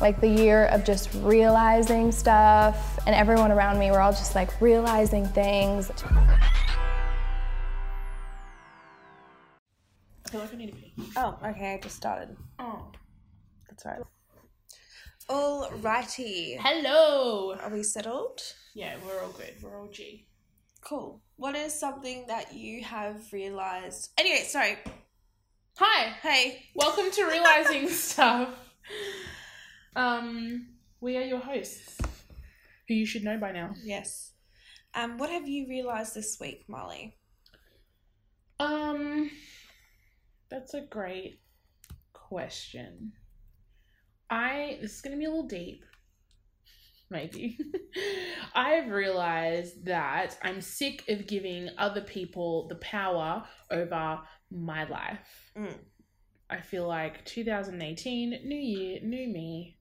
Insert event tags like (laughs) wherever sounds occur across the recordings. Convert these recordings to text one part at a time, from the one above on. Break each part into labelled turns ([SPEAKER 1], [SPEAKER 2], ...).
[SPEAKER 1] like the year of just realizing stuff, and everyone around me were all just like realizing things.
[SPEAKER 2] Oh, okay, I just started.
[SPEAKER 3] Oh.
[SPEAKER 2] That's right. Alrighty.
[SPEAKER 3] Hello.
[SPEAKER 2] Are we settled?
[SPEAKER 3] Yeah, we're all good. We're all G.
[SPEAKER 2] Cool. What is something that you have realized? Anyway, sorry.
[SPEAKER 3] Hi.
[SPEAKER 2] Hey.
[SPEAKER 3] Welcome to Realizing (laughs) Stuff. Um, we are your hosts, who you should know by now.
[SPEAKER 2] Yes. Um, what have you realized this week, Molly?
[SPEAKER 3] Um, that's a great question. I this is gonna be a little deep, maybe. (laughs) I've realized that I'm sick of giving other people the power over my life.
[SPEAKER 2] Mm.
[SPEAKER 3] I feel like 2018, new year, new me.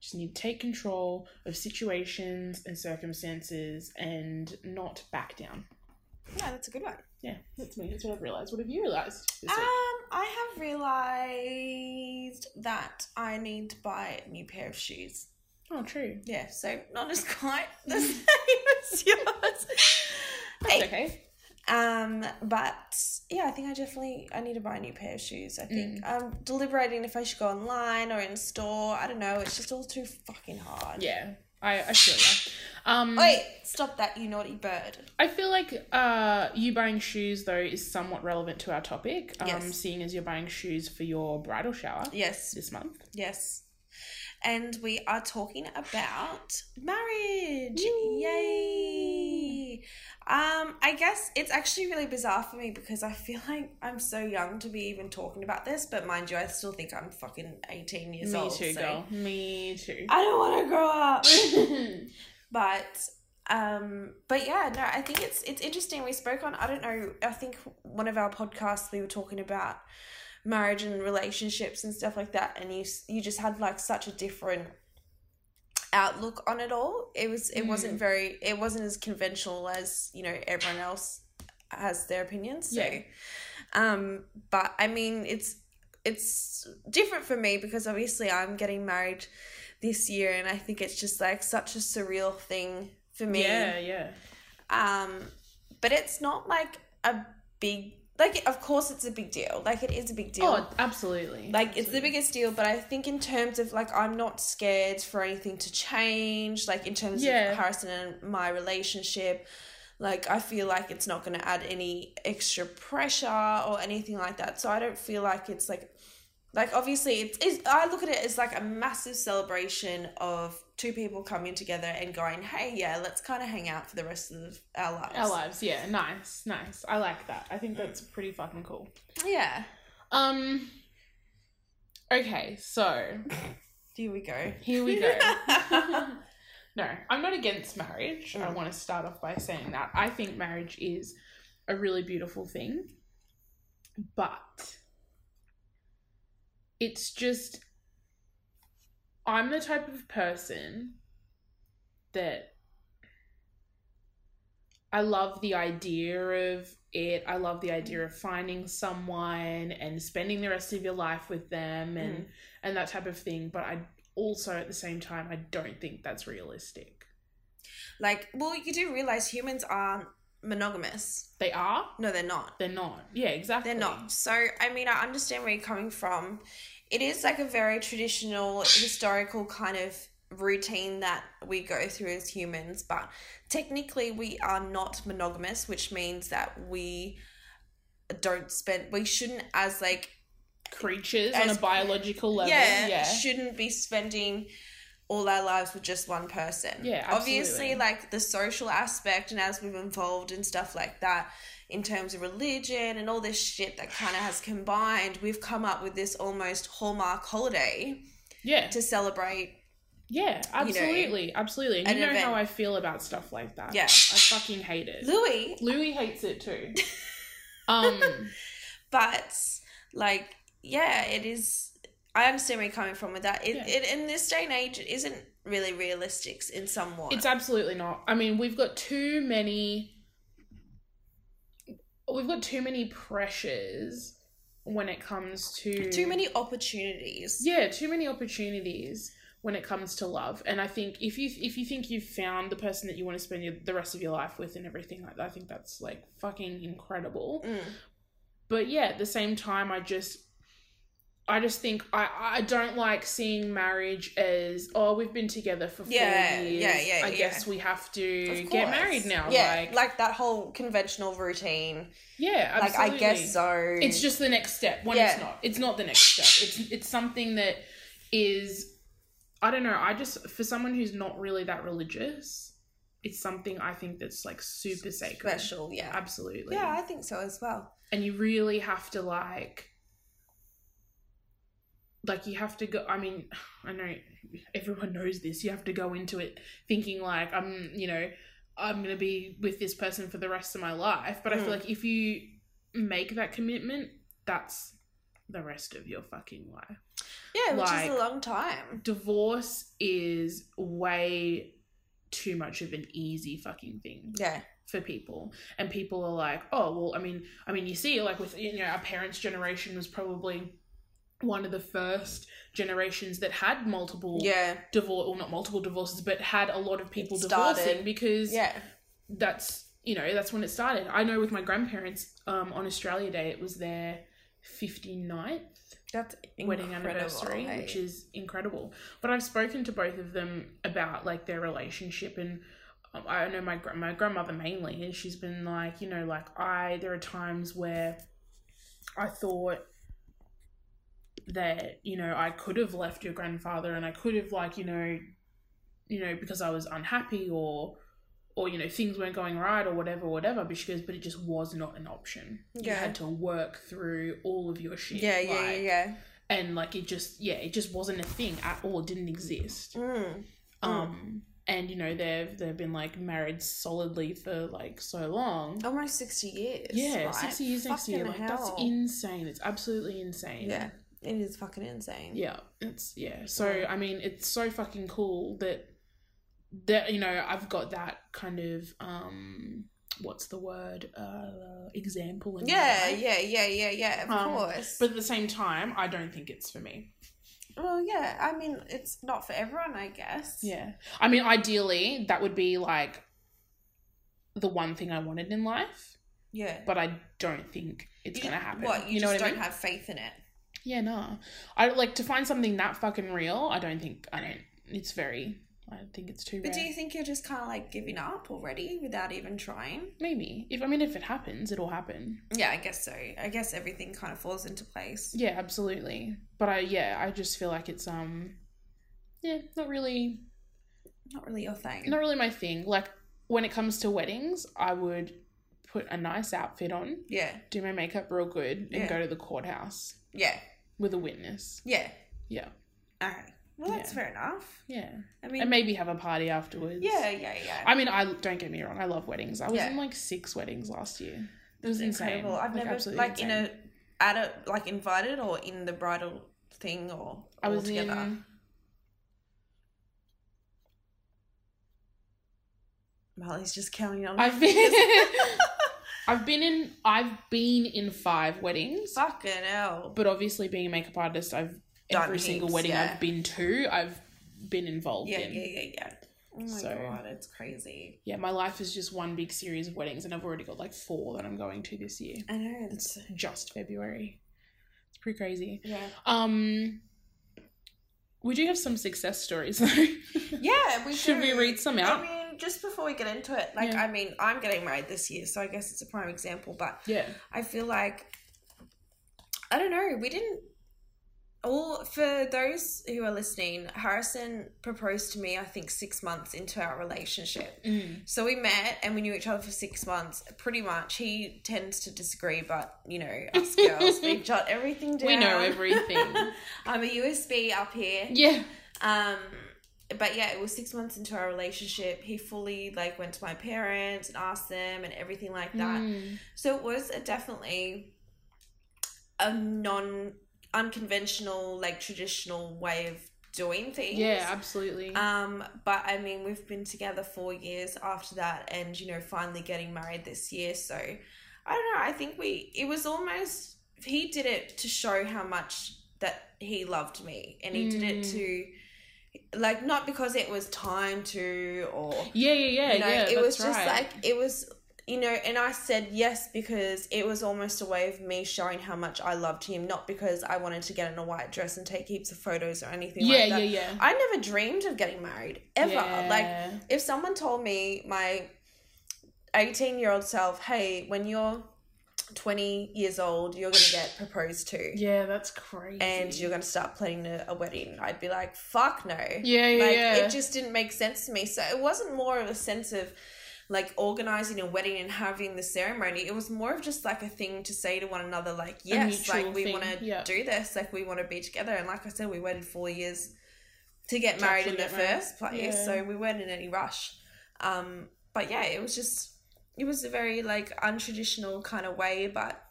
[SPEAKER 3] Just need to take control of situations and circumstances and not back down.
[SPEAKER 2] Yeah, that's a good one.
[SPEAKER 3] Yeah, that's me. That's what I've realized. What have you realized this
[SPEAKER 2] Um,
[SPEAKER 3] week?
[SPEAKER 2] I have realized that I need to buy a new pair of shoes.
[SPEAKER 3] Oh, true.
[SPEAKER 2] Yeah, so not as (laughs) quite the same as yours.
[SPEAKER 3] That's
[SPEAKER 2] Hey.
[SPEAKER 3] okay.
[SPEAKER 2] Um, but yeah, I think I definitely I need to buy a new pair of shoes. I think
[SPEAKER 3] Mm.
[SPEAKER 2] I'm deliberating if I should go online or in store. I don't know. It's just all too fucking hard.
[SPEAKER 3] Yeah, I, I feel that. Um,
[SPEAKER 2] Wait, stop that, you naughty bird.
[SPEAKER 3] I feel like uh, you buying shoes though is somewhat relevant to our topic. Um,
[SPEAKER 2] Yes.
[SPEAKER 3] Seeing as you're buying shoes for your bridal shower
[SPEAKER 2] Yes,
[SPEAKER 3] this month.
[SPEAKER 2] yes. And we are talking about marriage.
[SPEAKER 3] Yay.
[SPEAKER 2] Yay. Um, I guess it's actually really bizarre for me because I feel (laughs) like I'm so young to be even talking about this, but mind you, I still think I'm fucking 18 years
[SPEAKER 3] Me
[SPEAKER 2] old.
[SPEAKER 3] too,
[SPEAKER 2] so
[SPEAKER 3] girl. Me too. (laughs)
[SPEAKER 2] I don't want to grow up. (laughs) but um but yeah no i think it's it's interesting we spoke on i don't know i think one of our podcasts we were talking about marriage and relationships and stuff like that and you s- you just had like such a different outlook on it all it was it wasn't very it wasn't as conventional as you know everyone else has their opinions so
[SPEAKER 3] Yeah.
[SPEAKER 2] um but i mean it's it's different for me because obviously i'm getting married this year and I think it's just like such a surreal thing for me.
[SPEAKER 3] yeah, yeah.
[SPEAKER 2] Um but it's not like a big like of course it's a big deal. Like it is a big deal.
[SPEAKER 3] Oh, absolutely.
[SPEAKER 2] like it's the
[SPEAKER 3] Absolutely.
[SPEAKER 2] biggest deal, but I think in terms of like I'm not scared for anything to change, like in terms
[SPEAKER 3] Yeah.
[SPEAKER 2] of Harrison and my relationship. Like I feel like it's not going to add any extra pressure or anything like that. So I don't feel like it's like like obviously it's, it's i look at it as like a massive celebration of two people coming together and going hey yeah let's kind of hang out for the rest of our lives
[SPEAKER 3] Our lives, yeah, nice, nice. I like that. I think that's pretty fucking cool.
[SPEAKER 2] yeah
[SPEAKER 3] Um. Okay, so
[SPEAKER 2] here we go
[SPEAKER 3] here we go. no, I'm not against marriage. I
[SPEAKER 2] Mm.
[SPEAKER 3] want to start off by saying that. I think marriage is a really beautiful thing, but it's just, I'm the type of person that I love the idea of it. I love the idea of finding someone and spending the rest of your life with them and
[SPEAKER 2] Mm.
[SPEAKER 3] and that type of thing, but I also at the same time I don't think that's realistic.
[SPEAKER 2] like well you do realize humans aren't monogamous
[SPEAKER 3] They are?
[SPEAKER 2] no they're not
[SPEAKER 3] They're not. Yeah, exactly.
[SPEAKER 2] They're not. So, I mean, I understand where you're coming from. It is like a very traditional, historical kind of routine that we go through as humans, but technically we are not monogamous, which means that we don't spend, we shouldn't, as like,
[SPEAKER 3] Creatures on
[SPEAKER 2] As-
[SPEAKER 3] a biological level.
[SPEAKER 2] yeah,
[SPEAKER 3] Yeah. Yeah.
[SPEAKER 2] shouldn't be spending all our lives with just one person.
[SPEAKER 3] Yeah,
[SPEAKER 2] obviously,
[SPEAKER 3] absolutely.
[SPEAKER 2] like the social aspect, and as we've evolved and stuff like that, in terms of religion and all this shit that kind of has combined, we've come up with this almost hallmark holiday
[SPEAKER 3] yeah.
[SPEAKER 2] to celebrate.
[SPEAKER 3] absolutely. absolutely. And
[SPEAKER 2] an
[SPEAKER 3] you know
[SPEAKER 2] event.
[SPEAKER 3] how I feel about stuff like that.
[SPEAKER 2] Yeah.
[SPEAKER 3] I fucking hate it.
[SPEAKER 2] Louis,
[SPEAKER 3] Louis hates it
[SPEAKER 2] (laughs)
[SPEAKER 3] too. um
[SPEAKER 2] but like yeah it is i understand where you're coming from with that it,
[SPEAKER 3] Yeah.
[SPEAKER 2] it in this day and age it isn't really realistic in some ways
[SPEAKER 3] It's absolutely not. I mean, we've got too many. We've got too many pressures when it comes to
[SPEAKER 2] too many opportunities
[SPEAKER 3] Yeah, too many opportunities when it comes to love. And I think if you if you think you've found the person that you want to spend your, the rest of your life with and everything like that, I think that's like fucking incredible.
[SPEAKER 2] Mm.
[SPEAKER 3] But yeah, at the same time, I just I just think I I don't like seeing marriage as oh we've been together for four
[SPEAKER 2] Yeah,
[SPEAKER 3] years.
[SPEAKER 2] yeah, yeah,
[SPEAKER 3] I
[SPEAKER 2] yeah.
[SPEAKER 3] guess we have to
[SPEAKER 2] Of
[SPEAKER 3] get
[SPEAKER 2] course.
[SPEAKER 3] married now.
[SPEAKER 2] Yeah,
[SPEAKER 3] like,
[SPEAKER 2] like, that whole conventional routine.
[SPEAKER 3] yeah, absolutely.
[SPEAKER 2] Like I guess so.
[SPEAKER 3] It's just the next step. When it's
[SPEAKER 2] Yeah.
[SPEAKER 3] not, it's not the next step. It's it's something that is, I don't know. I just for someone who's not really that religious, it's something I think that's like super sacred.
[SPEAKER 2] special. Yeah,
[SPEAKER 3] Absolutely.
[SPEAKER 2] yeah, I think so as well.
[SPEAKER 3] And you really have to like, like you have to go. I mean, (sighs) I know everyone knows this. You have to go into it thinking like I'm, you know, I'm gonna be with this person for the rest of my life. But I feel
[SPEAKER 2] Mm.
[SPEAKER 3] like if you make that commitment, that's the rest of your fucking life.
[SPEAKER 2] Yeah, which
[SPEAKER 3] Like-
[SPEAKER 2] is a long time.
[SPEAKER 3] Divorce is way too much of an easy fucking thing
[SPEAKER 2] Yeah,
[SPEAKER 3] for people and people are like oh well i mean i mean you see like with you know our parents generation was probably one of the first generations that had multiple
[SPEAKER 2] yeah,
[SPEAKER 3] divorce or not multiple divorces but had a lot of people
[SPEAKER 2] It started.
[SPEAKER 3] divorcing because
[SPEAKER 2] yeah.
[SPEAKER 3] that's you know that's when it started i know with my grandparents um on australia day it was their 59th
[SPEAKER 2] That's
[SPEAKER 3] wedding anniversary, which is incredible. But I've spoken to both of them about like their relationship, and um, I know my gr- my grandmother mainly, and she's been like, you know, like I there are times where I thought that you know I could have left your grandfather, and I could have like you know, you know because I was unhappy or. Or you know things weren't going right or whatever, whatever. But she goes, but it just was not an option. You
[SPEAKER 2] Yeah.
[SPEAKER 3] had to work through all of your shit.
[SPEAKER 2] yeah, yeah, yeah,
[SPEAKER 3] like,
[SPEAKER 2] yeah.
[SPEAKER 3] and like it just yeah it just wasn't a thing at all it didn't exist
[SPEAKER 2] Mm.
[SPEAKER 3] um and you know they've they've been like married solidly for like so long
[SPEAKER 2] Almost sixty years.
[SPEAKER 3] yeah
[SPEAKER 2] right?
[SPEAKER 3] 60 years next year like
[SPEAKER 2] Oh, Fucking
[SPEAKER 3] that's
[SPEAKER 2] hell.
[SPEAKER 3] insane it's absolutely insane
[SPEAKER 2] Yeah, it is fucking insane.
[SPEAKER 3] yeah it's yeah so
[SPEAKER 2] Yeah.
[SPEAKER 3] i mean it's so fucking cool that that you know i've got that kind of um what's the word uh example in my
[SPEAKER 2] Yeah,
[SPEAKER 3] life.
[SPEAKER 2] yeah, yeah, yeah, yeah, of
[SPEAKER 3] Um,
[SPEAKER 2] course.
[SPEAKER 3] but at the same time i don't think it's for me
[SPEAKER 2] well, yeah, I mean, it's not for everyone, I guess.
[SPEAKER 3] Yeah. I mean, ideally, that would be like the one thing I wanted in life,
[SPEAKER 2] Yeah.
[SPEAKER 3] but I don't think it's
[SPEAKER 2] You
[SPEAKER 3] going to
[SPEAKER 2] don't-
[SPEAKER 3] happen.
[SPEAKER 2] What, you,
[SPEAKER 3] know what
[SPEAKER 2] just
[SPEAKER 3] I
[SPEAKER 2] don't
[SPEAKER 3] mean?
[SPEAKER 2] have faith in it.
[SPEAKER 3] yeah, nah. I like to find something that fucking real. I don't think, I don't, it's very, I think it's too
[SPEAKER 2] But
[SPEAKER 3] rare.
[SPEAKER 2] do you think you're just kind of like giving up already without even trying?
[SPEAKER 3] Maybe. If, I mean, if it happens, it'll happen.
[SPEAKER 2] Yeah, I guess so. I guess everything kind of falls into place.
[SPEAKER 3] Yeah, absolutely. But I, yeah, I just feel like it's, um, yeah, not really
[SPEAKER 2] Not really your thing.
[SPEAKER 3] not really my thing. Like when it comes to weddings, I would put a nice outfit on,
[SPEAKER 2] Yeah,
[SPEAKER 3] do my makeup real good, and
[SPEAKER 2] Yeah.
[SPEAKER 3] go to the courthouse
[SPEAKER 2] yeah,
[SPEAKER 3] with a witness.
[SPEAKER 2] yeah.
[SPEAKER 3] Yeah,
[SPEAKER 2] All right. Well, that's
[SPEAKER 3] Yeah.
[SPEAKER 2] fair enough.
[SPEAKER 3] yeah,
[SPEAKER 2] I mean,
[SPEAKER 3] and maybe have a party afterwards.
[SPEAKER 2] yeah, yeah, yeah.
[SPEAKER 3] I mean, I don't get me wrong. I love weddings. I was
[SPEAKER 2] Yeah.
[SPEAKER 3] in like six weddings last year. It was
[SPEAKER 2] It's
[SPEAKER 3] insane.
[SPEAKER 2] I've never
[SPEAKER 3] absolutely
[SPEAKER 2] like in
[SPEAKER 3] insane.
[SPEAKER 2] a at a like invited or in the bridal thing or
[SPEAKER 3] I
[SPEAKER 2] all
[SPEAKER 3] was
[SPEAKER 2] together.
[SPEAKER 3] in.
[SPEAKER 2] Molly's just counting on.
[SPEAKER 3] I've
[SPEAKER 2] (laughs)
[SPEAKER 3] been. (laughs) I've been in. I've been in five weddings.
[SPEAKER 2] Fucking hell.
[SPEAKER 3] But obviously, being a makeup artist, I've
[SPEAKER 2] Done
[SPEAKER 3] every single
[SPEAKER 2] heaps,
[SPEAKER 3] wedding
[SPEAKER 2] yeah.
[SPEAKER 3] I've been to, I've been involved
[SPEAKER 2] yeah, yeah,
[SPEAKER 3] in.
[SPEAKER 2] yeah, yeah. Oh my
[SPEAKER 3] So-
[SPEAKER 2] god, it's crazy.
[SPEAKER 3] Yeah, my life is just one big series of weddings, and I've already got like four that I'm going to this year.
[SPEAKER 2] I know. It's,
[SPEAKER 3] Just February. It's pretty crazy.
[SPEAKER 2] yeah.
[SPEAKER 3] Um, we do have some success stories (laughs) though.
[SPEAKER 2] Yeah. We
[SPEAKER 3] (laughs) Should we
[SPEAKER 2] do.
[SPEAKER 3] read some
[SPEAKER 2] I
[SPEAKER 3] out?
[SPEAKER 2] mean, just before we get into it, like,
[SPEAKER 3] Yeah.
[SPEAKER 2] I mean, I'm getting married this year, so I guess it's a prime example. But
[SPEAKER 3] Yeah.
[SPEAKER 2] I feel like I don't know. We didn't. All for those who are listening, Harrison proposed to me. I think six months into our relationship,
[SPEAKER 3] Mm.
[SPEAKER 2] so we met and we knew each other for six months. Pretty much, he tends to disagree, but you know,
[SPEAKER 3] (laughs)
[SPEAKER 2] us girls, we jot everything down.
[SPEAKER 3] We know everything.
[SPEAKER 2] I'm a USB up here.
[SPEAKER 3] (laughs) yeah.
[SPEAKER 2] Um, but yeah, it was six months into our relationship. He fully like went to my parents and asked them and everything like that.
[SPEAKER 3] Mm.
[SPEAKER 2] So it was a definitely a non unconventional, like traditional way of doing things.
[SPEAKER 3] Yeah, absolutely.
[SPEAKER 2] Um, but I mean, we've been together four years after that, and you know, finally getting married this year. So I don't know. I think we it was almost he did it to show how much that he loved me, and he did it
[SPEAKER 3] Mm.
[SPEAKER 2] to like not because it was time to or
[SPEAKER 3] Yeah, yeah, yeah,
[SPEAKER 2] you know,
[SPEAKER 3] yeah.
[SPEAKER 2] it was
[SPEAKER 3] that's
[SPEAKER 2] just
[SPEAKER 3] right.
[SPEAKER 2] like it was you know, and I said yes because it was almost a way of me showing how much I loved him, not because I wanted to get in a white dress and take heaps of photos or anything
[SPEAKER 3] yeah,
[SPEAKER 2] like that.
[SPEAKER 3] yeah, yeah.
[SPEAKER 2] I never dreamed of getting married ever. Like
[SPEAKER 3] Yeah.
[SPEAKER 2] if someone told me my 18 year old self, hey, when you're 20 years old, you're going to get proposed to
[SPEAKER 3] yeah, that's crazy.
[SPEAKER 2] and you're going to start planning a, a wedding, I'd be like, fuck no.
[SPEAKER 3] yeah, yeah,
[SPEAKER 2] Like
[SPEAKER 3] yeah.
[SPEAKER 2] it just didn't make sense to me. So it wasn't more of a sense of like organizing a wedding and having the ceremony. It was more of just like a thing to say to one another, like, yes,
[SPEAKER 3] mutual
[SPEAKER 2] like we
[SPEAKER 3] thing,
[SPEAKER 2] want to
[SPEAKER 3] yeah.
[SPEAKER 2] do this, like we want to be together. And like I said, we waited four years to get
[SPEAKER 3] To
[SPEAKER 2] married in
[SPEAKER 3] actually
[SPEAKER 2] the
[SPEAKER 3] get married.
[SPEAKER 2] first place,
[SPEAKER 3] Yeah.
[SPEAKER 2] so we weren't in any rush. Um, but yeah, it was just it was a very like untraditional kind of way, but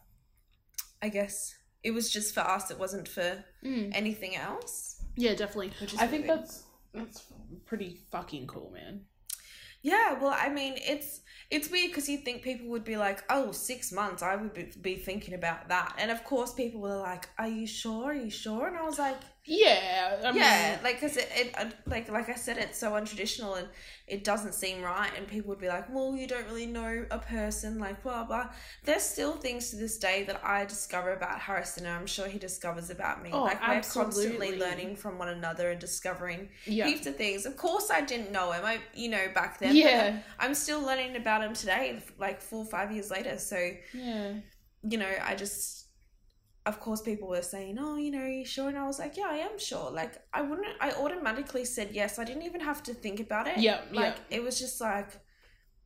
[SPEAKER 2] I guess it was just for us. It wasn't for
[SPEAKER 3] Mm.
[SPEAKER 2] anything else.
[SPEAKER 3] yeah, definitely.
[SPEAKER 2] Which is
[SPEAKER 3] I think
[SPEAKER 2] moving.
[SPEAKER 3] that's that's pretty fucking cool, man.
[SPEAKER 2] Yeah, well, I mean, it's it's weird because you think people would be like, "Oh, six months, I would be, be thinking about that," and of course, people were like, "Are you sure? Are you sure?" And I was like,
[SPEAKER 3] Yeah, I mean,
[SPEAKER 2] "Yeah, like, cause it, it uh, like like I said, it's so untraditional and it doesn't seem right." And people would be like, "Well, you don't really know a person," like blah blah. There's still things to this day that I discover about Harrison, and I'm sure he discovers about me.
[SPEAKER 3] Oh,
[SPEAKER 2] like we're
[SPEAKER 3] absolutely.
[SPEAKER 2] constantly learning from one another and discovering
[SPEAKER 3] yeah,
[SPEAKER 2] heaps of things. Of course, I didn't know him. I, you know, back then. but
[SPEAKER 3] yeah,
[SPEAKER 2] I'm still learning about him today, like four five years later. So,
[SPEAKER 3] yeah.
[SPEAKER 2] you know, I just, of course, people were saying, oh, you know, are you sure? And I was like, yeah, I am sure. Like, I wouldn't, I automatically said yes. I didn't even have to think about it.
[SPEAKER 3] Yeah,
[SPEAKER 2] Like,
[SPEAKER 3] yeah.
[SPEAKER 2] it was just like,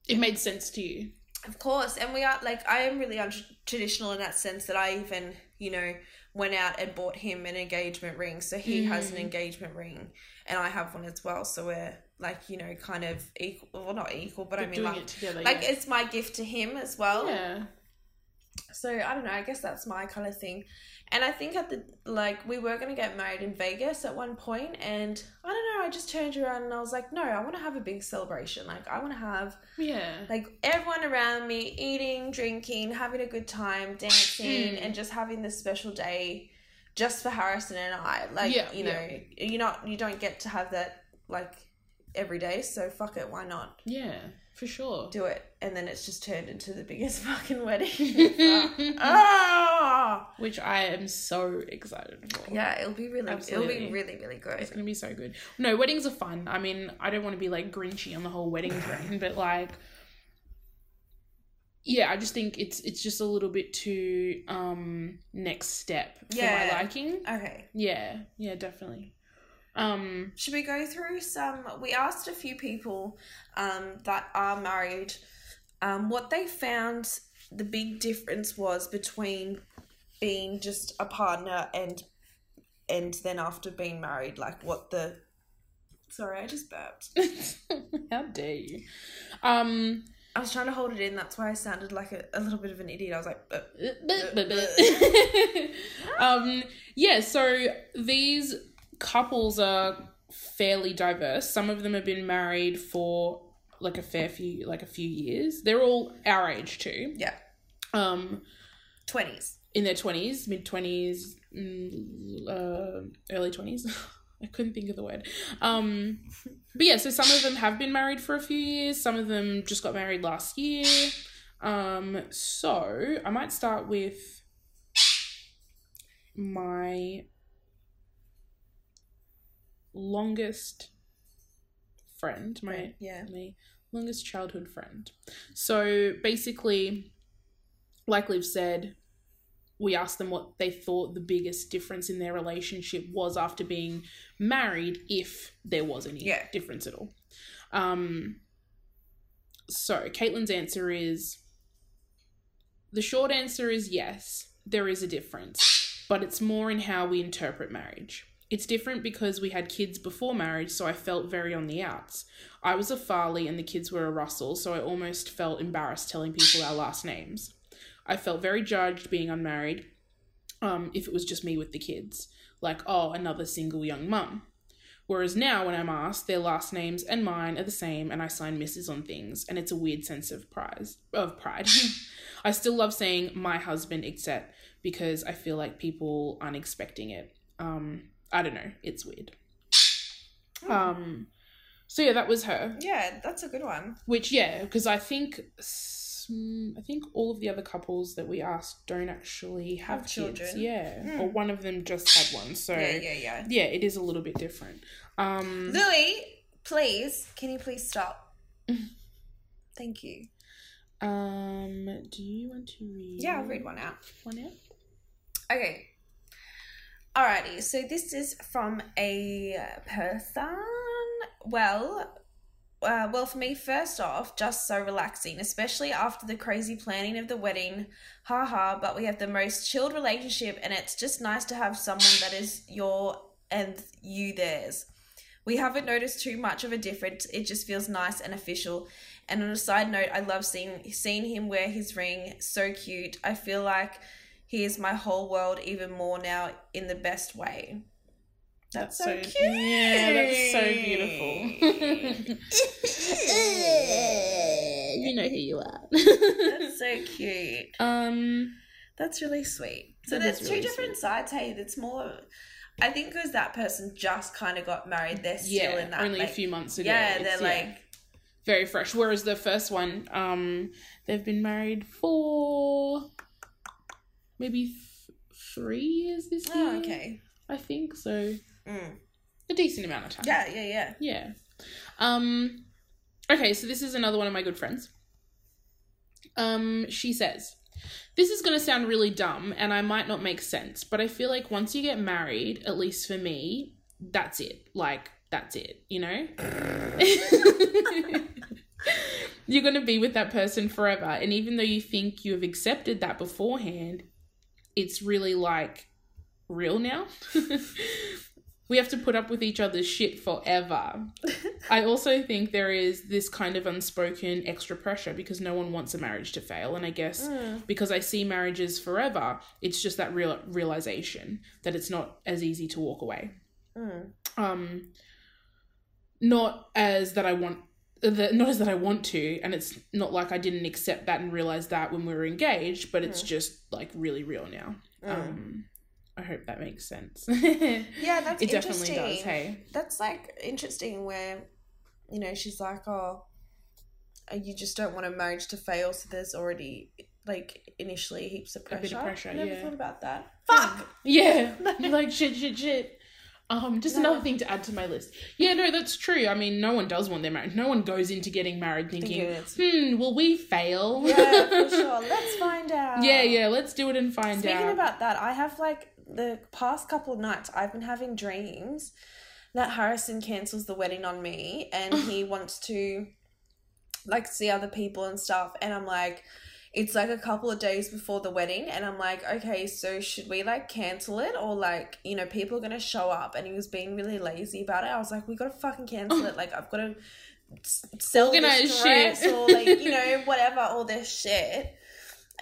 [SPEAKER 3] It made sense to you.
[SPEAKER 2] of course. And we are, like, I am really untraditional in that sense that I even, you know, went out and bought him an engagement ring. So he has an
[SPEAKER 3] Mhm.
[SPEAKER 2] engagement ring and I have one as well. So we're, like, you know, kind of equal, well, not equal, but
[SPEAKER 3] But
[SPEAKER 2] I mean,
[SPEAKER 3] doing
[SPEAKER 2] like,
[SPEAKER 3] it together,
[SPEAKER 2] like
[SPEAKER 3] yeah.
[SPEAKER 2] it's my gift to him as well
[SPEAKER 3] yeah,
[SPEAKER 2] so i don't know i guess that's my kind of thing and i think at the like we were going to get married in vegas at one point and i don't know i just turned around and i was like no i want to have a big celebration like i want to have
[SPEAKER 3] yeah.
[SPEAKER 2] like everyone around me eating drinking having a good time dancing
[SPEAKER 3] Mm.
[SPEAKER 2] and just having this special day just for harrison and i like
[SPEAKER 3] Yeah,
[SPEAKER 2] you know you're not you don't get to have that like every day so fuck it why not
[SPEAKER 3] Yeah, for sure.
[SPEAKER 2] do it and then it's just turned into the biggest (laughs) fucking wedding oh,
[SPEAKER 3] Which I am so excited for.
[SPEAKER 2] yeah it'll be really it'll
[SPEAKER 3] Absolutely.
[SPEAKER 2] be really really
[SPEAKER 3] It's
[SPEAKER 2] good
[SPEAKER 3] gonna be so good. No, weddings are fun. I mean, I don't want to be like grinchy on the whole
[SPEAKER 2] (laughs)
[SPEAKER 3] wedding thing, but like, yeah, I just think it's it's just a little bit too um next step for
[SPEAKER 2] Yeah.
[SPEAKER 3] my liking.
[SPEAKER 2] okay
[SPEAKER 3] Yeah, yeah, definitely. Um, (laughs)
[SPEAKER 2] should we go through some we asked a few people um that are married um what they found the big difference was between being just a partner and and then after being married like what the sorry i just burped
[SPEAKER 3] how dare you? Um,
[SPEAKER 2] i was trying to hold it in that's why i sounded like a, a little bit of an idiot i was like "Uh,
[SPEAKER 3] (laughs) um, yeah, so these couples are fairly diverse. Some of them have been married for like a fair few like a few years. They're all our age too.
[SPEAKER 2] yeah
[SPEAKER 3] Um,
[SPEAKER 2] 20s
[SPEAKER 3] in their 20s, mid 20s, mm, uh, early 20s. (laughs) I couldn't think of the word. Um, but yeah, so some of them have been married for a few years, some of them just got married last year. Um, so I might start with my longest friend, my
[SPEAKER 2] yeah
[SPEAKER 3] my longest childhood friend. So basically, like Liv said, we asked them what they thought the biggest difference in their relationship was after being married, if there was any
[SPEAKER 2] Yeah.
[SPEAKER 3] difference at all. Um, so Caitlin's answer is the short answer is yes, there is a difference, but it's more in how we interpret marriage. It's different because we had kids before marriage, so I felt very on the outs. I was a Farley and the kids were a Russell, so I almost felt embarrassed telling people our last names. I felt very judged being unmarried um, if it was just me with the kids, like, oh, another single young mum. Whereas now, when I'm asked, their last names and mine are the same, and I sign Mrs. on things, and it's a weird sense of prize of pride. (laughs) I still love saying my husband, except because I feel like people aren't expecting it. Um, I don't know, it's weird. Um, so yeah, that was her.
[SPEAKER 2] Yeah, that's a good one.
[SPEAKER 3] Which yeah, because I think s- mm, I think all of the other couples that we asked don't actually have,
[SPEAKER 2] Have
[SPEAKER 3] children. Kids.
[SPEAKER 2] children.
[SPEAKER 3] Yeah,
[SPEAKER 2] Hmm.
[SPEAKER 3] or one of them just had
[SPEAKER 2] (laughs)
[SPEAKER 3] one. So
[SPEAKER 2] Yeah, yeah, yeah.
[SPEAKER 3] yeah, it is a little bit different. Um,
[SPEAKER 2] Louis, please, can you please stop? Thank you.
[SPEAKER 3] um, do you want to read?
[SPEAKER 2] Yeah, I'll read one out.
[SPEAKER 3] One out.
[SPEAKER 2] Okay. Alrighty, so this is from a person. Well, uh, well, for me, first off, just so relaxing, especially after the crazy planning of the wedding. Haha, but we have the most chilled relationship, and it's just nice to have someone that is your and you theirs. We haven't noticed too much of a difference. It just feels nice and official. And on a side note, I love seeing seeing him wear his ring. So cute. I feel like he is my whole world even more now in the best way. That's, so, cute.
[SPEAKER 3] Yeah, that's so
[SPEAKER 2] (laughs)
[SPEAKER 3] beautiful. (laughs) you know who you are.
[SPEAKER 2] That's so cute.
[SPEAKER 3] (laughs) um,
[SPEAKER 2] That's really sweet. So
[SPEAKER 3] That
[SPEAKER 2] there's
[SPEAKER 3] is
[SPEAKER 2] two
[SPEAKER 3] really
[SPEAKER 2] different sides. Hey, that's more. I think because that person just kind of got married, they're still
[SPEAKER 3] yeah,
[SPEAKER 2] in that.
[SPEAKER 3] only
[SPEAKER 2] like,
[SPEAKER 3] a few months ago.
[SPEAKER 2] Yeah,
[SPEAKER 3] It's-
[SPEAKER 2] they're like
[SPEAKER 3] very fresh. Whereas the first one, um, they've been married for maybe th- three years this year.
[SPEAKER 2] oh, okay.
[SPEAKER 3] I think so.
[SPEAKER 2] Mm.
[SPEAKER 3] A decent amount of time.
[SPEAKER 2] Yeah, yeah, yeah.
[SPEAKER 3] Yeah. Um okay, so this is another one of my good friends. Um she says, "This is going to sound really dumb and I might not make sense, but I feel like once you get married, at least for me, that's it. Like that's it, you know? (laughs) You're going to be with that person forever, and even though you think you have accepted that beforehand, it's really like real now. (laughs) we have to put up with each other's shit
[SPEAKER 2] (laughs)
[SPEAKER 3] forever. I also think there is this kind of unspoken extra pressure because no one wants a marriage to fail. And I guess
[SPEAKER 2] Mm.
[SPEAKER 3] because I see marriages forever, it's just that real realization that it's not as easy to walk away.
[SPEAKER 2] Mm.
[SPEAKER 3] Um, not as that I want. The, not as that I want to, and it's not like I didn't accept that and realize that when we were engaged, but it's
[SPEAKER 2] Mm.
[SPEAKER 3] just like really real now.
[SPEAKER 2] Mm.
[SPEAKER 3] Um, I hope that makes
[SPEAKER 2] (laughs)
[SPEAKER 3] sense.
[SPEAKER 2] yeah, that's
[SPEAKER 3] it
[SPEAKER 2] interesting.
[SPEAKER 3] definitely does. Hey,
[SPEAKER 2] That's like interesting where, you know, she's like, oh, uh, you just don't want a marriage to fail, so there's already like initially heaps of
[SPEAKER 3] bit
[SPEAKER 2] pressure.
[SPEAKER 3] of pressure,
[SPEAKER 2] I never
[SPEAKER 3] yeah.
[SPEAKER 2] thought about that. Fuck.
[SPEAKER 3] yeah, You're like shit, shit, shit. Um, just
[SPEAKER 2] No.
[SPEAKER 3] another thing to add to my list. Yeah, no, that's true. I mean, no one does want their marriage. No one goes into getting married
[SPEAKER 2] Thinking
[SPEAKER 3] thinking,
[SPEAKER 2] it's-
[SPEAKER 3] "Hmm, will we fail?" (laughs)
[SPEAKER 2] yeah, for sure. Let's find out.
[SPEAKER 3] yeah, yeah. Let's do it and uh, find
[SPEAKER 2] Speaking
[SPEAKER 3] out.
[SPEAKER 2] about that, I have like the past couple of nights, I've been having dreams that Harrison cancels the wedding on me and he wants to like see other people and stuff. And I'm like, it's like a couple of days before the wedding. And I'm like, okay, so should we like cancel it or like, you know, people are going to show up? And he was being really lazy about it. I was like, we got to fucking cancel it. Like, I've got to sell
[SPEAKER 3] Organise
[SPEAKER 2] this dress
[SPEAKER 3] shit.
[SPEAKER 2] or like, you know, whatever, all this shit.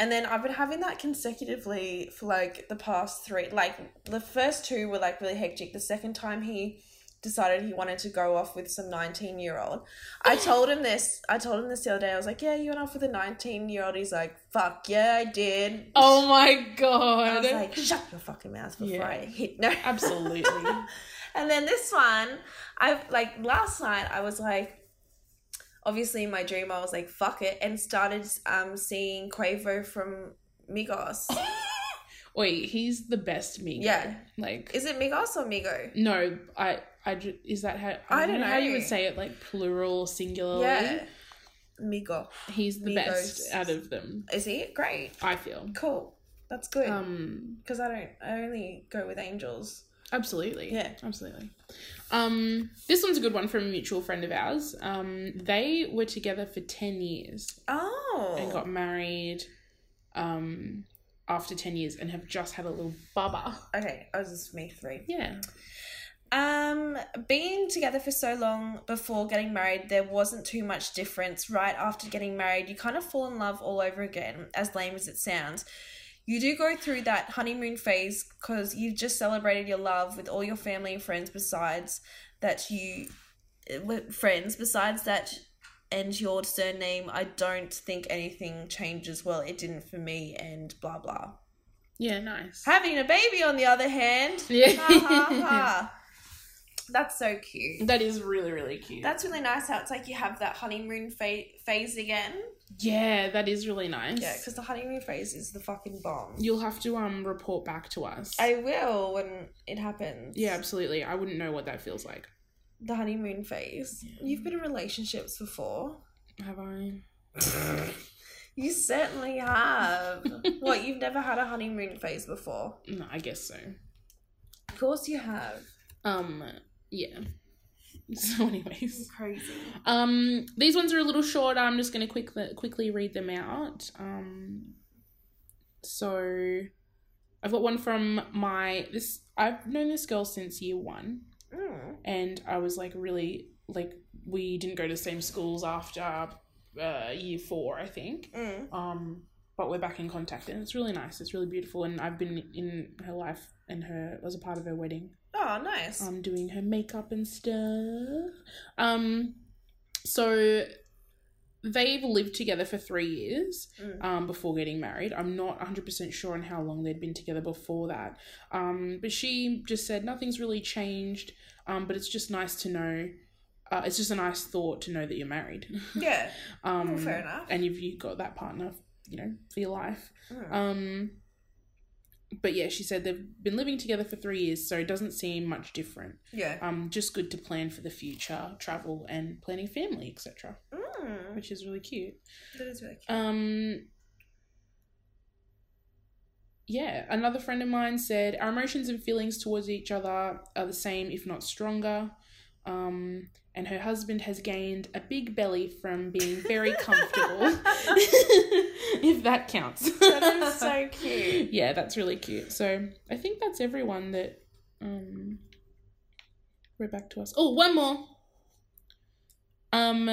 [SPEAKER 2] And then I've been having that consecutively for like the past three. Like the first two were like really hectic. The second time he decided he wanted to go off with some 19 year old. I told him this. I told him this the other day. I was like, Yeah, you went off with a 19 year old. He's like, Fuck, yeah, I did.
[SPEAKER 3] oh my
[SPEAKER 2] I
[SPEAKER 3] god!
[SPEAKER 2] was like, Shut your fucking mouth before
[SPEAKER 3] Yeah.
[SPEAKER 2] I hit. No.
[SPEAKER 3] Absolutely.
[SPEAKER 2] (laughs) And then this one, I like last night I was like obviously in my dream I was like fuck it and started um seeing Quavo from
[SPEAKER 3] (laughs)
[SPEAKER 2] Migos.
[SPEAKER 3] Wait, he's the best Migo.
[SPEAKER 2] Yeah.
[SPEAKER 3] like
[SPEAKER 2] Is it Migos or Migo?
[SPEAKER 3] no, I, I ju- is that how I,
[SPEAKER 2] I
[SPEAKER 3] don't
[SPEAKER 2] don't
[SPEAKER 3] know how you
[SPEAKER 2] know.
[SPEAKER 3] would say it, like plural, singular.
[SPEAKER 2] Yeah. Migo.
[SPEAKER 3] He's the
[SPEAKER 2] Migos.
[SPEAKER 3] best out of them.
[SPEAKER 2] Is he? Great.
[SPEAKER 3] I feel.
[SPEAKER 2] Cool. That's good.
[SPEAKER 3] Um,
[SPEAKER 2] Because I don't I only go with angels.
[SPEAKER 3] absolutely.
[SPEAKER 2] Yeah.
[SPEAKER 3] Absolutely. Um, this one's a good one from a mutual friend of ours. Um, they were together for ten years
[SPEAKER 2] Oh.
[SPEAKER 3] and got married, um, after ten years and have just had a little bubba.
[SPEAKER 2] Okay, I was just me three.
[SPEAKER 3] Yeah.
[SPEAKER 2] Um, being together for so long before getting married, there wasn't too much difference. Right after getting married, you kind of fall in love all over again, as lame as it sounds. You do go through that honeymoon phase because you've just celebrated your love with all your family and friends, besides that, you eh, with friends, besides that, and your surname. I don't think anything changes. Well, it didn't for me, and blah blah.
[SPEAKER 3] Yeah. Nice. (laughs)
[SPEAKER 2] Having a baby, on the other hand,
[SPEAKER 3] Yeah.
[SPEAKER 2] ha ha ha. That's so cute.
[SPEAKER 3] That is really, really cute.
[SPEAKER 2] That's really nice how it's like you have that honeymoon fa- phase again.
[SPEAKER 3] yeah, that is really nice.
[SPEAKER 2] Yeah, because the honeymoon phase is the fucking bomb.
[SPEAKER 3] You'll have to um report back to us.
[SPEAKER 2] I will when it happens.
[SPEAKER 3] yeah, absolutely. I wouldn't know what that feels like.
[SPEAKER 2] The honeymoon phase.
[SPEAKER 3] Yeah.
[SPEAKER 2] You've been in relationships before.
[SPEAKER 3] Have I?
[SPEAKER 2] You certainly
[SPEAKER 3] (laughs)
[SPEAKER 2] have. what, you've never had a honeymoon phase before?
[SPEAKER 3] No, I guess so.
[SPEAKER 2] Of course you have.
[SPEAKER 3] Um, yeah. (laughs) So, anyways,
[SPEAKER 2] Crazy.
[SPEAKER 3] um, these ones are a little short. I'm just gonna quick quickly read them out. Um, so I've got one from my this. I've known this girl since year one.
[SPEAKER 2] Mm.
[SPEAKER 3] and I was like really like we didn't go to the same schools after uh, year four, I think.
[SPEAKER 2] Mm.
[SPEAKER 3] Um, but we're back in contact, and it's really nice. It's really beautiful, and I've been in her life and her was a part of her wedding.
[SPEAKER 2] Oh, nice.
[SPEAKER 3] Um, doing her makeup and stuff. Um, so they've lived together for three years
[SPEAKER 2] Mm.
[SPEAKER 3] um, before getting married. I'm not 100% sure on how long they'd been together before that. Um, but she just said nothing's really changed, um, but it's just nice to know. Uh, it's just a nice thought to know that you're married.
[SPEAKER 2] Yeah.
[SPEAKER 3] Um,
[SPEAKER 2] (laughs) Well, fair enough.
[SPEAKER 3] And you've, you've got that partner, you know, for your life.
[SPEAKER 2] Mm.
[SPEAKER 3] Um, but yeah, she said they've been living together for three years, so it doesn't seem much different.
[SPEAKER 2] yeah.
[SPEAKER 3] Um, just good to plan for the future, travel, and planning family, etc.,
[SPEAKER 2] Mm.
[SPEAKER 3] which is really cute.
[SPEAKER 2] That is really cute.
[SPEAKER 3] Um, yeah, another friend of mine said our emotions and feelings towards each other are the same, if not stronger. Um, and her husband has gained a big belly from being very
[SPEAKER 2] (laughs)
[SPEAKER 3] comfortable, (laughs) if that counts.
[SPEAKER 2] that is so (laughs) cute.
[SPEAKER 3] yeah, that's really cute. So I think that's everyone that um read back to us. Oh, one more. Um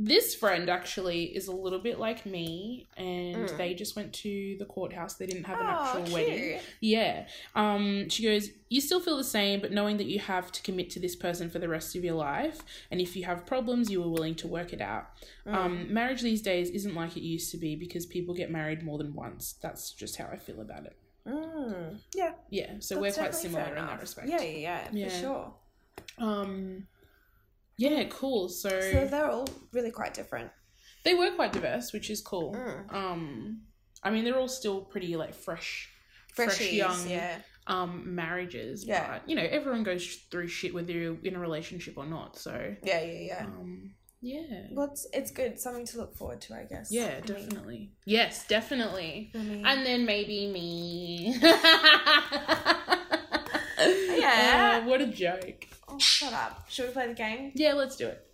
[SPEAKER 3] this friend actually is a little bit like me and
[SPEAKER 2] Mm.
[SPEAKER 3] they just went to the courthouse. They didn't have an
[SPEAKER 2] Oh,
[SPEAKER 3] actual wedding.
[SPEAKER 2] cute.
[SPEAKER 3] Yeah. Um, she goes, You still feel the same, but knowing that you have to commit to this person for the rest of your life, and if you have problems, you are willing to work it out.
[SPEAKER 2] Mm.
[SPEAKER 3] Um, marriage these days isn't like it used to be because people get married more than once. That's just how I feel about it.
[SPEAKER 2] Mm. Yeah.
[SPEAKER 3] Yeah, so
[SPEAKER 2] that's
[SPEAKER 3] we're quite
[SPEAKER 2] definitely
[SPEAKER 3] similar
[SPEAKER 2] fair
[SPEAKER 3] in that
[SPEAKER 2] enough.
[SPEAKER 3] respect.
[SPEAKER 2] Yeah, yeah, yeah,
[SPEAKER 3] Yeah.
[SPEAKER 2] for sure.
[SPEAKER 3] Um, yeah, cool. So,
[SPEAKER 2] So they're all really quite different.
[SPEAKER 3] they were quite diverse, which is cool.
[SPEAKER 2] Mm.
[SPEAKER 3] Um, I mean, they're all still pretty like fresh,
[SPEAKER 2] Freshies, yeah.
[SPEAKER 3] um marriages.
[SPEAKER 2] Yeah.
[SPEAKER 3] but you know everyone goes sh- through shit whether you're in a relationship or not. So
[SPEAKER 2] Yeah, yeah, yeah.
[SPEAKER 3] um, yeah,
[SPEAKER 2] Well, it's, it's good. Something to look forward to, I guess. I
[SPEAKER 3] yeah,
[SPEAKER 2] mean-
[SPEAKER 3] definitely. Yes, definitely.
[SPEAKER 2] I mean-
[SPEAKER 3] And then maybe me.
[SPEAKER 2] (laughs) Yeah.
[SPEAKER 3] (laughs) Uh, what a joke.
[SPEAKER 2] oh, shut up. Should we play the game?
[SPEAKER 3] Yeah, let's do it.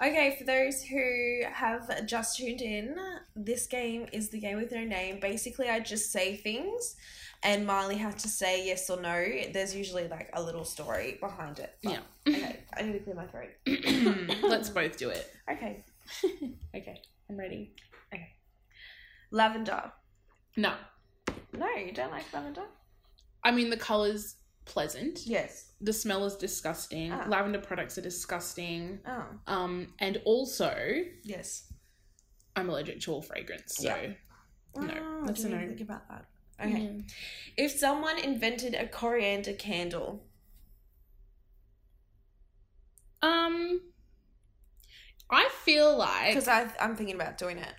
[SPEAKER 2] Okay, for those who have just tuned in, this game is the game with no name. Basically, I just say things, and Marley has to say yes or no. There's usually like a little story behind it. but- (coughs)
[SPEAKER 3] Yeah. (clears throat)
[SPEAKER 2] Okay, I need to clear my throat.
[SPEAKER 3] let's both do it.
[SPEAKER 2] Okay.
[SPEAKER 3] (laughs) Okay, I'm ready.
[SPEAKER 2] Lavender.
[SPEAKER 3] No,
[SPEAKER 2] No, you don't like lavender?
[SPEAKER 3] I mean the colors pleasant.
[SPEAKER 2] Yes.
[SPEAKER 3] The smell is disgusting.
[SPEAKER 2] Ah.
[SPEAKER 3] Lavender products are disgusting.
[SPEAKER 2] Oh,
[SPEAKER 3] Um, and also
[SPEAKER 2] yes.
[SPEAKER 3] I'm allergic to all fragrance. So
[SPEAKER 2] Yeah.
[SPEAKER 3] No,
[SPEAKER 2] Oh,
[SPEAKER 3] that's a
[SPEAKER 2] didn't even
[SPEAKER 3] no. Mm-hmm.
[SPEAKER 2] think about that. Okay. If someone invented a coriander candle,
[SPEAKER 3] Um, I feel like
[SPEAKER 2] because I'm thinking about doing it.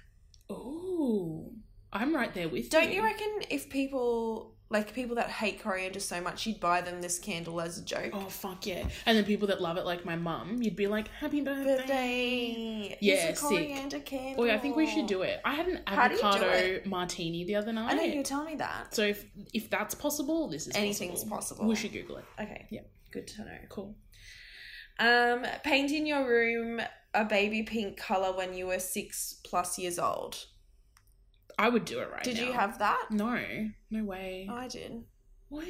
[SPEAKER 3] oh, I'm right there with
[SPEAKER 2] Don't you reckon if people like people that hate coriander so much, you'd buy them this candle as a joke?
[SPEAKER 3] Oh fuck yeah! And then people that love it, like my mum, you'd be like, "Happy birthday!"
[SPEAKER 2] Birthday.
[SPEAKER 3] Yeah,
[SPEAKER 2] Here's a
[SPEAKER 3] sick.
[SPEAKER 2] coriander candle.
[SPEAKER 3] Oh, yeah, I think we should do it. I had an
[SPEAKER 2] How do you do
[SPEAKER 3] avocado martini the other night.
[SPEAKER 2] I know you were telling me that.
[SPEAKER 3] So if if that's possible, this is
[SPEAKER 2] Anything's possible.
[SPEAKER 3] We should Google it.
[SPEAKER 2] Okay.
[SPEAKER 3] Yeah.
[SPEAKER 2] Good to know.
[SPEAKER 3] Cool.
[SPEAKER 2] Um, paint in your room a baby pink color when you were six plus years old.
[SPEAKER 3] I would do it right
[SPEAKER 2] Did
[SPEAKER 3] now. Mm.
[SPEAKER 2] you have that?
[SPEAKER 3] No, no way.
[SPEAKER 2] I did.
[SPEAKER 3] what?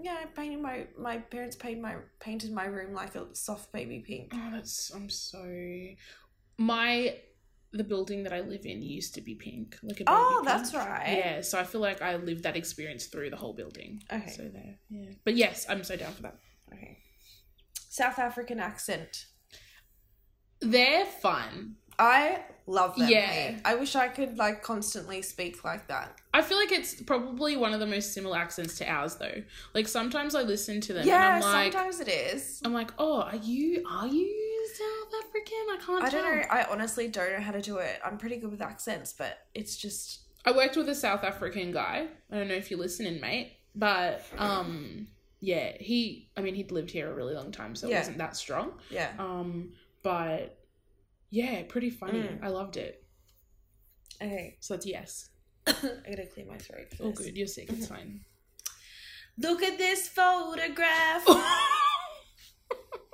[SPEAKER 2] Yeah, I painted my my parents painted my painted my room like a soft baby pink.
[SPEAKER 3] Oh, that's. I'm so. My the building that I live in used to be pink, like a baby
[SPEAKER 2] Oh,
[SPEAKER 3] pink.
[SPEAKER 2] that's right.
[SPEAKER 3] Yeah, so I feel like I lived that experience through the whole building.
[SPEAKER 2] Okay.
[SPEAKER 3] So there. Yeah. But yes, I'm so down for that.
[SPEAKER 2] Okay. South African accent.
[SPEAKER 3] They're fun.
[SPEAKER 2] I love them.
[SPEAKER 3] Yeah.
[SPEAKER 2] hey. I wish I could like constantly speak like that.
[SPEAKER 3] I feel like it's probably one of the most similar accents to ours though. Like sometimes I listen to them
[SPEAKER 2] yeah,
[SPEAKER 3] and I'm like
[SPEAKER 2] sometimes it is.
[SPEAKER 3] I'm like, "Oh, are you are you South African? I can't
[SPEAKER 2] I don't
[SPEAKER 3] tell."
[SPEAKER 2] know. I honestly don't know how to do it. I'm pretty good with accents, but it's just
[SPEAKER 3] I worked with a South African guy. I don't know if you're listening, mate, but um, yeah, he. I mean, he'd lived here a really long time, so
[SPEAKER 2] Yeah.
[SPEAKER 3] it wasn't that strong.
[SPEAKER 2] yeah.
[SPEAKER 3] Um, but yeah, pretty funny.
[SPEAKER 2] Mm.
[SPEAKER 3] I loved it.
[SPEAKER 2] Okay,
[SPEAKER 3] So it's yes.
[SPEAKER 2] (coughs) I gotta clear my throat. for
[SPEAKER 3] All
[SPEAKER 2] this.
[SPEAKER 3] Oh, good. You're sick. It's fine.
[SPEAKER 2] Look at
[SPEAKER 3] (laughs)
[SPEAKER 2] this photograph.
[SPEAKER 3] (laughs)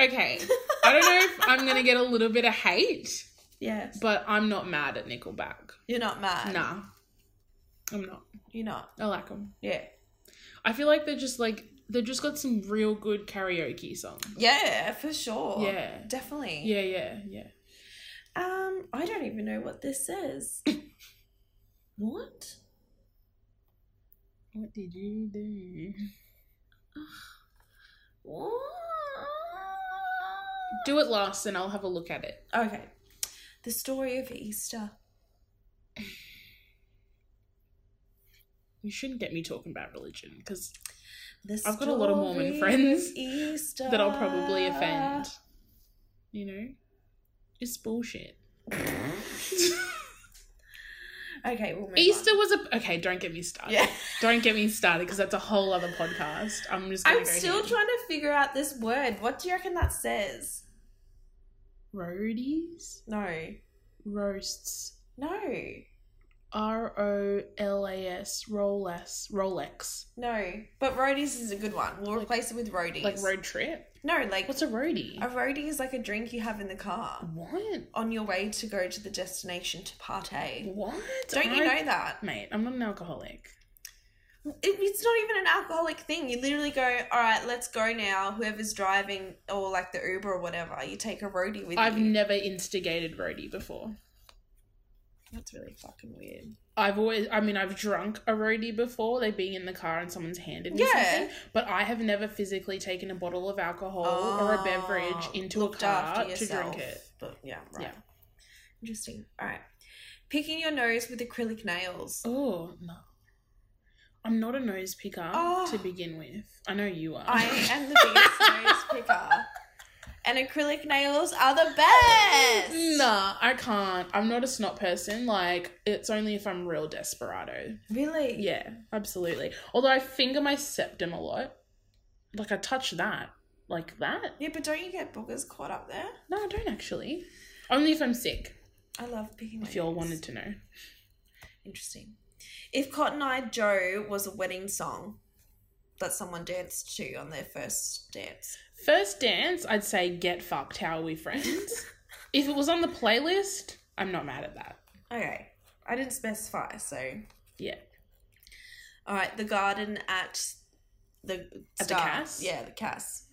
[SPEAKER 3] okay. I don't know if I'm gonna get a little bit of hate,
[SPEAKER 2] yes,
[SPEAKER 3] but I'm not mad at Nickelback.
[SPEAKER 2] you're not mad.
[SPEAKER 3] Nah, I'm not.
[SPEAKER 2] you're not.
[SPEAKER 3] I like them.
[SPEAKER 2] Yeah,
[SPEAKER 3] I feel like they're just like they've just got some real good karaoke songs.
[SPEAKER 2] yeah, for sure.
[SPEAKER 3] Yeah.
[SPEAKER 2] definitely.
[SPEAKER 3] Yeah, yeah, yeah.
[SPEAKER 2] Um, I don't even know what
[SPEAKER 3] (coughs)
[SPEAKER 2] this says. what?
[SPEAKER 3] What did you do?
[SPEAKER 2] What?
[SPEAKER 3] Do it last and I'll have a look at it.
[SPEAKER 2] Okay. The story of Easter.
[SPEAKER 3] You shouldn't get me talking about religion because
[SPEAKER 2] The
[SPEAKER 3] I've got a lot of Mormon
[SPEAKER 2] story
[SPEAKER 3] friends
[SPEAKER 2] of Easter.
[SPEAKER 3] that I'll probably offend. You know? It's bullshit.
[SPEAKER 2] Okay, we'll move
[SPEAKER 3] Easter was a. Okay, don't get me
[SPEAKER 2] On.
[SPEAKER 3] started.
[SPEAKER 2] Yeah.
[SPEAKER 3] Don't get me started because that's a whole other podcast. I'm just gonna
[SPEAKER 2] I'm
[SPEAKER 3] go
[SPEAKER 2] still
[SPEAKER 3] here.
[SPEAKER 2] trying to figure out this word. What do you reckon that says?
[SPEAKER 3] Roadies?
[SPEAKER 2] No.
[SPEAKER 3] Roasts.
[SPEAKER 2] No.
[SPEAKER 3] R O L A S. Rolex. Rolex.
[SPEAKER 2] No. But roadies is a good one. We'll replace it with roadies.
[SPEAKER 3] Like road trip?
[SPEAKER 2] No, like
[SPEAKER 3] What's a roadie?
[SPEAKER 2] a roadie is like a drink you have in the car
[SPEAKER 3] what?
[SPEAKER 2] on your way to go to the destination to partay.
[SPEAKER 3] What?
[SPEAKER 2] Don't you
[SPEAKER 3] I-
[SPEAKER 2] know that?
[SPEAKER 3] Mate, I'm not an alcoholic.
[SPEAKER 2] It, it's not even an alcoholic thing. You literally go, all right, let's go now. Whoever's driving or like the Uber or whatever, you take a roadie with
[SPEAKER 3] I've
[SPEAKER 2] you.
[SPEAKER 3] never instigated roadie before.
[SPEAKER 2] That's really fucking weird.
[SPEAKER 3] I've always, I mean, I've drunk a roadie before, like being in the car and someone's handed me
[SPEAKER 2] Yeah.
[SPEAKER 3] something, but I have never physically taken a bottle of alcohol or a beverage
[SPEAKER 2] Oh,
[SPEAKER 3] into a
[SPEAKER 2] looked
[SPEAKER 3] car
[SPEAKER 2] after
[SPEAKER 3] to drink
[SPEAKER 2] yourself.
[SPEAKER 3] it.
[SPEAKER 2] But yeah, right.
[SPEAKER 3] Yeah.
[SPEAKER 2] Interesting. All right. Picking your nose with acrylic nails.
[SPEAKER 3] Oh, no. I'm not a nose picker
[SPEAKER 2] Oh.
[SPEAKER 3] to begin with. I know you are.
[SPEAKER 2] I am the biggest nose picker. And acrylic nails are the best.
[SPEAKER 3] (laughs) Nah, I can't. I'm not a snot person. Like, it's only if I'm real desperado.
[SPEAKER 2] Really?
[SPEAKER 3] Yeah, absolutely. Although I finger my septum a lot. Like, I touch that. Like that?
[SPEAKER 2] Yeah, but don't you get boogers caught up there?
[SPEAKER 3] No, I don't actually. Only if I'm sick.
[SPEAKER 2] I love picking my
[SPEAKER 3] if y'all
[SPEAKER 2] nails.
[SPEAKER 3] wanted to know.
[SPEAKER 2] Interesting. If Cotton Eye Joe was a wedding song that someone danced to on their first dance.
[SPEAKER 3] First dance, I'd say get fucked. How are we
[SPEAKER 2] (laughs)
[SPEAKER 3] friends? if it was on the playlist, I'm not mad at that.
[SPEAKER 2] Okay. I didn't specify, so
[SPEAKER 3] Yeah.
[SPEAKER 2] All right, the garden at the
[SPEAKER 3] At the
[SPEAKER 2] Star.
[SPEAKER 3] Cass?
[SPEAKER 2] Yeah, the Cass.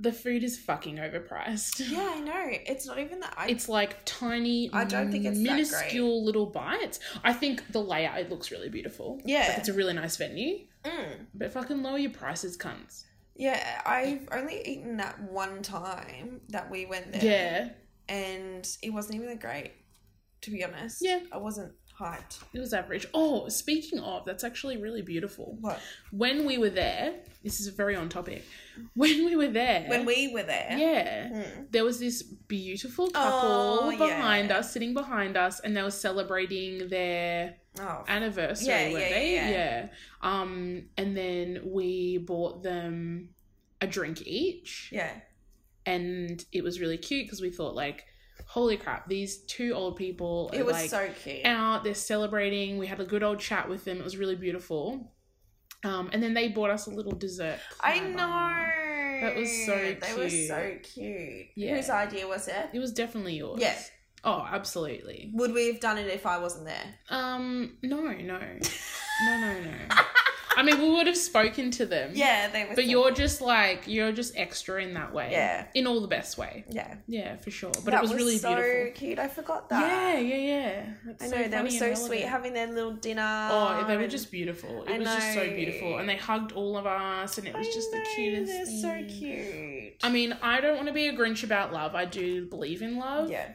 [SPEAKER 3] The food is fucking overpriced.
[SPEAKER 2] Yeah, I know. It's not even that. I,
[SPEAKER 3] It's like tiny,
[SPEAKER 2] I don't think it's that great.
[SPEAKER 3] minuscule little bites. I think the layout it looks really beautiful.
[SPEAKER 2] Yeah.
[SPEAKER 3] like it's a really nice venue,
[SPEAKER 2] Mm.
[SPEAKER 3] but fucking lower your prices, cunts.
[SPEAKER 2] yeah. I've only eaten that one time that we went there.
[SPEAKER 3] Yeah,
[SPEAKER 2] and it wasn't even that great, to be honest.
[SPEAKER 3] Yeah.
[SPEAKER 2] I wasn't hyped.
[SPEAKER 3] it was average. Oh, speaking of, that's actually really beautiful.
[SPEAKER 2] What?
[SPEAKER 3] When we were there, this is very on topic. When we were there,
[SPEAKER 2] When we were there.
[SPEAKER 3] yeah,
[SPEAKER 2] Mm.
[SPEAKER 3] there was this beautiful
[SPEAKER 2] Oh,
[SPEAKER 3] couple behind
[SPEAKER 2] yeah.
[SPEAKER 3] us, sitting behind us, and they were celebrating their
[SPEAKER 2] Oh. f-
[SPEAKER 3] anniversary,
[SPEAKER 2] Yeah,
[SPEAKER 3] weren't
[SPEAKER 2] yeah,
[SPEAKER 3] they?
[SPEAKER 2] yeah, yeah.
[SPEAKER 3] Um, and then we bought them a drink each,
[SPEAKER 2] yeah.
[SPEAKER 3] and it was really cute because we thought like, holy crap, these two old people
[SPEAKER 2] It
[SPEAKER 3] are,
[SPEAKER 2] was
[SPEAKER 3] like
[SPEAKER 2] so cute.
[SPEAKER 3] out, they're celebrating. We had a good old chat with them. It was really beautiful. Um, and then they bought us a little dessert.
[SPEAKER 2] I
[SPEAKER 3] platter.
[SPEAKER 2] know.
[SPEAKER 3] That was so
[SPEAKER 2] They were so cute.
[SPEAKER 3] Yeah.
[SPEAKER 2] Whose idea was it?
[SPEAKER 3] It was definitely yours.
[SPEAKER 2] Yeah.
[SPEAKER 3] Oh, absolutely.
[SPEAKER 2] Would we have done it if I wasn't there?
[SPEAKER 3] Um, no,
[SPEAKER 2] (laughs)
[SPEAKER 3] no, no, no, no. I mean, we would have spoken to them.
[SPEAKER 2] Yeah, they were.
[SPEAKER 3] Mm-hmm. But
[SPEAKER 2] so-
[SPEAKER 3] you're just like you're just extra in that way.
[SPEAKER 2] Yeah.
[SPEAKER 3] In all the best way.
[SPEAKER 2] Yeah.
[SPEAKER 3] Yeah, for sure. But
[SPEAKER 2] That
[SPEAKER 3] it was, really
[SPEAKER 2] so
[SPEAKER 3] beautiful.
[SPEAKER 2] cute. I forgot
[SPEAKER 3] Yeah,
[SPEAKER 2] that.
[SPEAKER 3] yeah, yeah. That's
[SPEAKER 2] I
[SPEAKER 3] so
[SPEAKER 2] know they
[SPEAKER 3] funny
[SPEAKER 2] were
[SPEAKER 3] and
[SPEAKER 2] so sweet
[SPEAKER 3] relevant.
[SPEAKER 2] having their little dinner.
[SPEAKER 3] Oh, they were
[SPEAKER 2] and-
[SPEAKER 3] just beautiful. It
[SPEAKER 2] Um, I
[SPEAKER 3] was just so
[SPEAKER 2] know.
[SPEAKER 3] beautiful, and they hugged all of us, and it was
[SPEAKER 2] I
[SPEAKER 3] just the
[SPEAKER 2] know,
[SPEAKER 3] cutest.
[SPEAKER 2] They're
[SPEAKER 3] thing.
[SPEAKER 2] so cute. great.
[SPEAKER 3] I mean, I don't want to be a Grinch about love. I do believe in love.
[SPEAKER 2] yeah.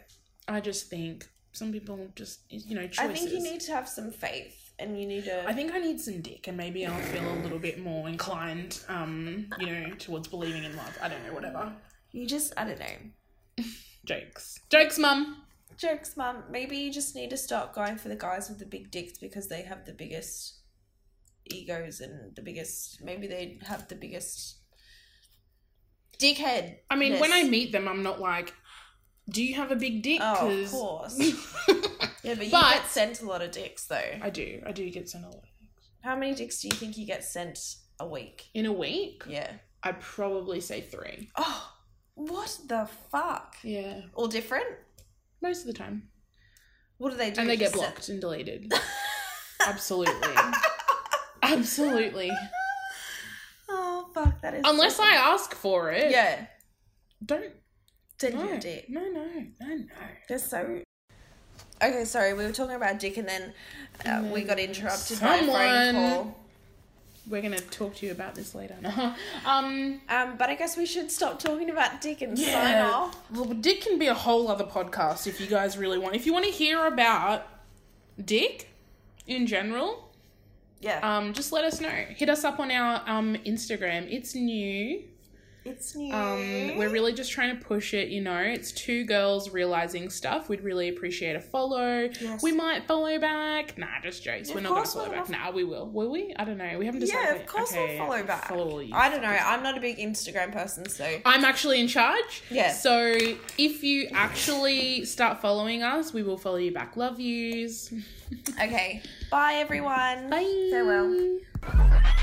[SPEAKER 3] I just think some people just, you know, choices.
[SPEAKER 2] I think you need to have some faith and you need to.
[SPEAKER 3] I think I need some dick, and maybe I'll feel a little bit more inclined, um, you know, towards believing in love. I don't know, whatever.
[SPEAKER 2] you just, I don't know.
[SPEAKER 3] Jokes, jokes, mum.
[SPEAKER 2] Jokes, mum. Maybe you just need to stop going for the guys with the big dicks because they have the biggest egos and the biggest. Maybe they have the biggest dickhead.
[SPEAKER 3] I mean, when I meet them, I'm not like, do you have a big dick?
[SPEAKER 2] Oh, of
[SPEAKER 3] 'Cause- (laughs)
[SPEAKER 2] course. yeah, but you
[SPEAKER 3] But-
[SPEAKER 2] get sent a lot of dicks though.
[SPEAKER 3] I do. I do get sent a lot.
[SPEAKER 2] How many dicks do you think you get sent a week?
[SPEAKER 3] In a week,
[SPEAKER 2] Yeah.
[SPEAKER 3] I'd probably say three.
[SPEAKER 2] Oh, what the fuck?
[SPEAKER 3] Yeah,
[SPEAKER 2] All different?
[SPEAKER 3] most of the time,
[SPEAKER 2] What do they do?
[SPEAKER 3] and they
[SPEAKER 2] Just
[SPEAKER 3] get
[SPEAKER 2] send-
[SPEAKER 3] blocked and
[SPEAKER 2] (laughs)
[SPEAKER 3] deleted. Absolutely, absolutely.
[SPEAKER 2] Oh fuck, that is.
[SPEAKER 3] Unless
[SPEAKER 2] so-
[SPEAKER 3] I ask for it.
[SPEAKER 2] Yeah.
[SPEAKER 3] Don't.
[SPEAKER 2] Didn't
[SPEAKER 3] No.
[SPEAKER 2] your dick.
[SPEAKER 3] No. No. No. No.
[SPEAKER 2] They're so. Okay, sorry, we were talking about dick and then uh, we got interrupted by a phone
[SPEAKER 3] Someone-
[SPEAKER 2] call.
[SPEAKER 3] We're gonna talk to you about this later. (laughs) um,
[SPEAKER 2] Um, but I guess we should stop talking about dick and sign
[SPEAKER 3] yeah,
[SPEAKER 2] off.
[SPEAKER 3] well, Dick can be a whole other podcast if you guys really want. If you want to hear about Dick in general,
[SPEAKER 2] Yeah.
[SPEAKER 3] um, just let us know. Hit us up on our um Instagram. It's new.
[SPEAKER 2] it's new.
[SPEAKER 3] Um, we're really just trying to push it, you know. It's two girls realizing stuff. We'd really appreciate a follow.
[SPEAKER 2] Yes.
[SPEAKER 3] We might follow back. Nah, just jokes.
[SPEAKER 2] Of
[SPEAKER 3] we're not gonna
[SPEAKER 2] course
[SPEAKER 3] follow
[SPEAKER 2] we're
[SPEAKER 3] back.
[SPEAKER 2] not-
[SPEAKER 3] Nah, we will. Will we? I don't know. We haven't decided.
[SPEAKER 2] yeah, of course
[SPEAKER 3] Okay,
[SPEAKER 2] we'll follow
[SPEAKER 3] I'll
[SPEAKER 2] back.
[SPEAKER 3] follow you.
[SPEAKER 2] I don't know. I'm not a big Instagram person, so
[SPEAKER 3] I'm actually in charge.
[SPEAKER 2] Yeah.
[SPEAKER 3] So if you actually start following us, we will follow you back. Love yous.
[SPEAKER 2] okay. Bye, everyone.
[SPEAKER 3] Bye.
[SPEAKER 2] Farewell.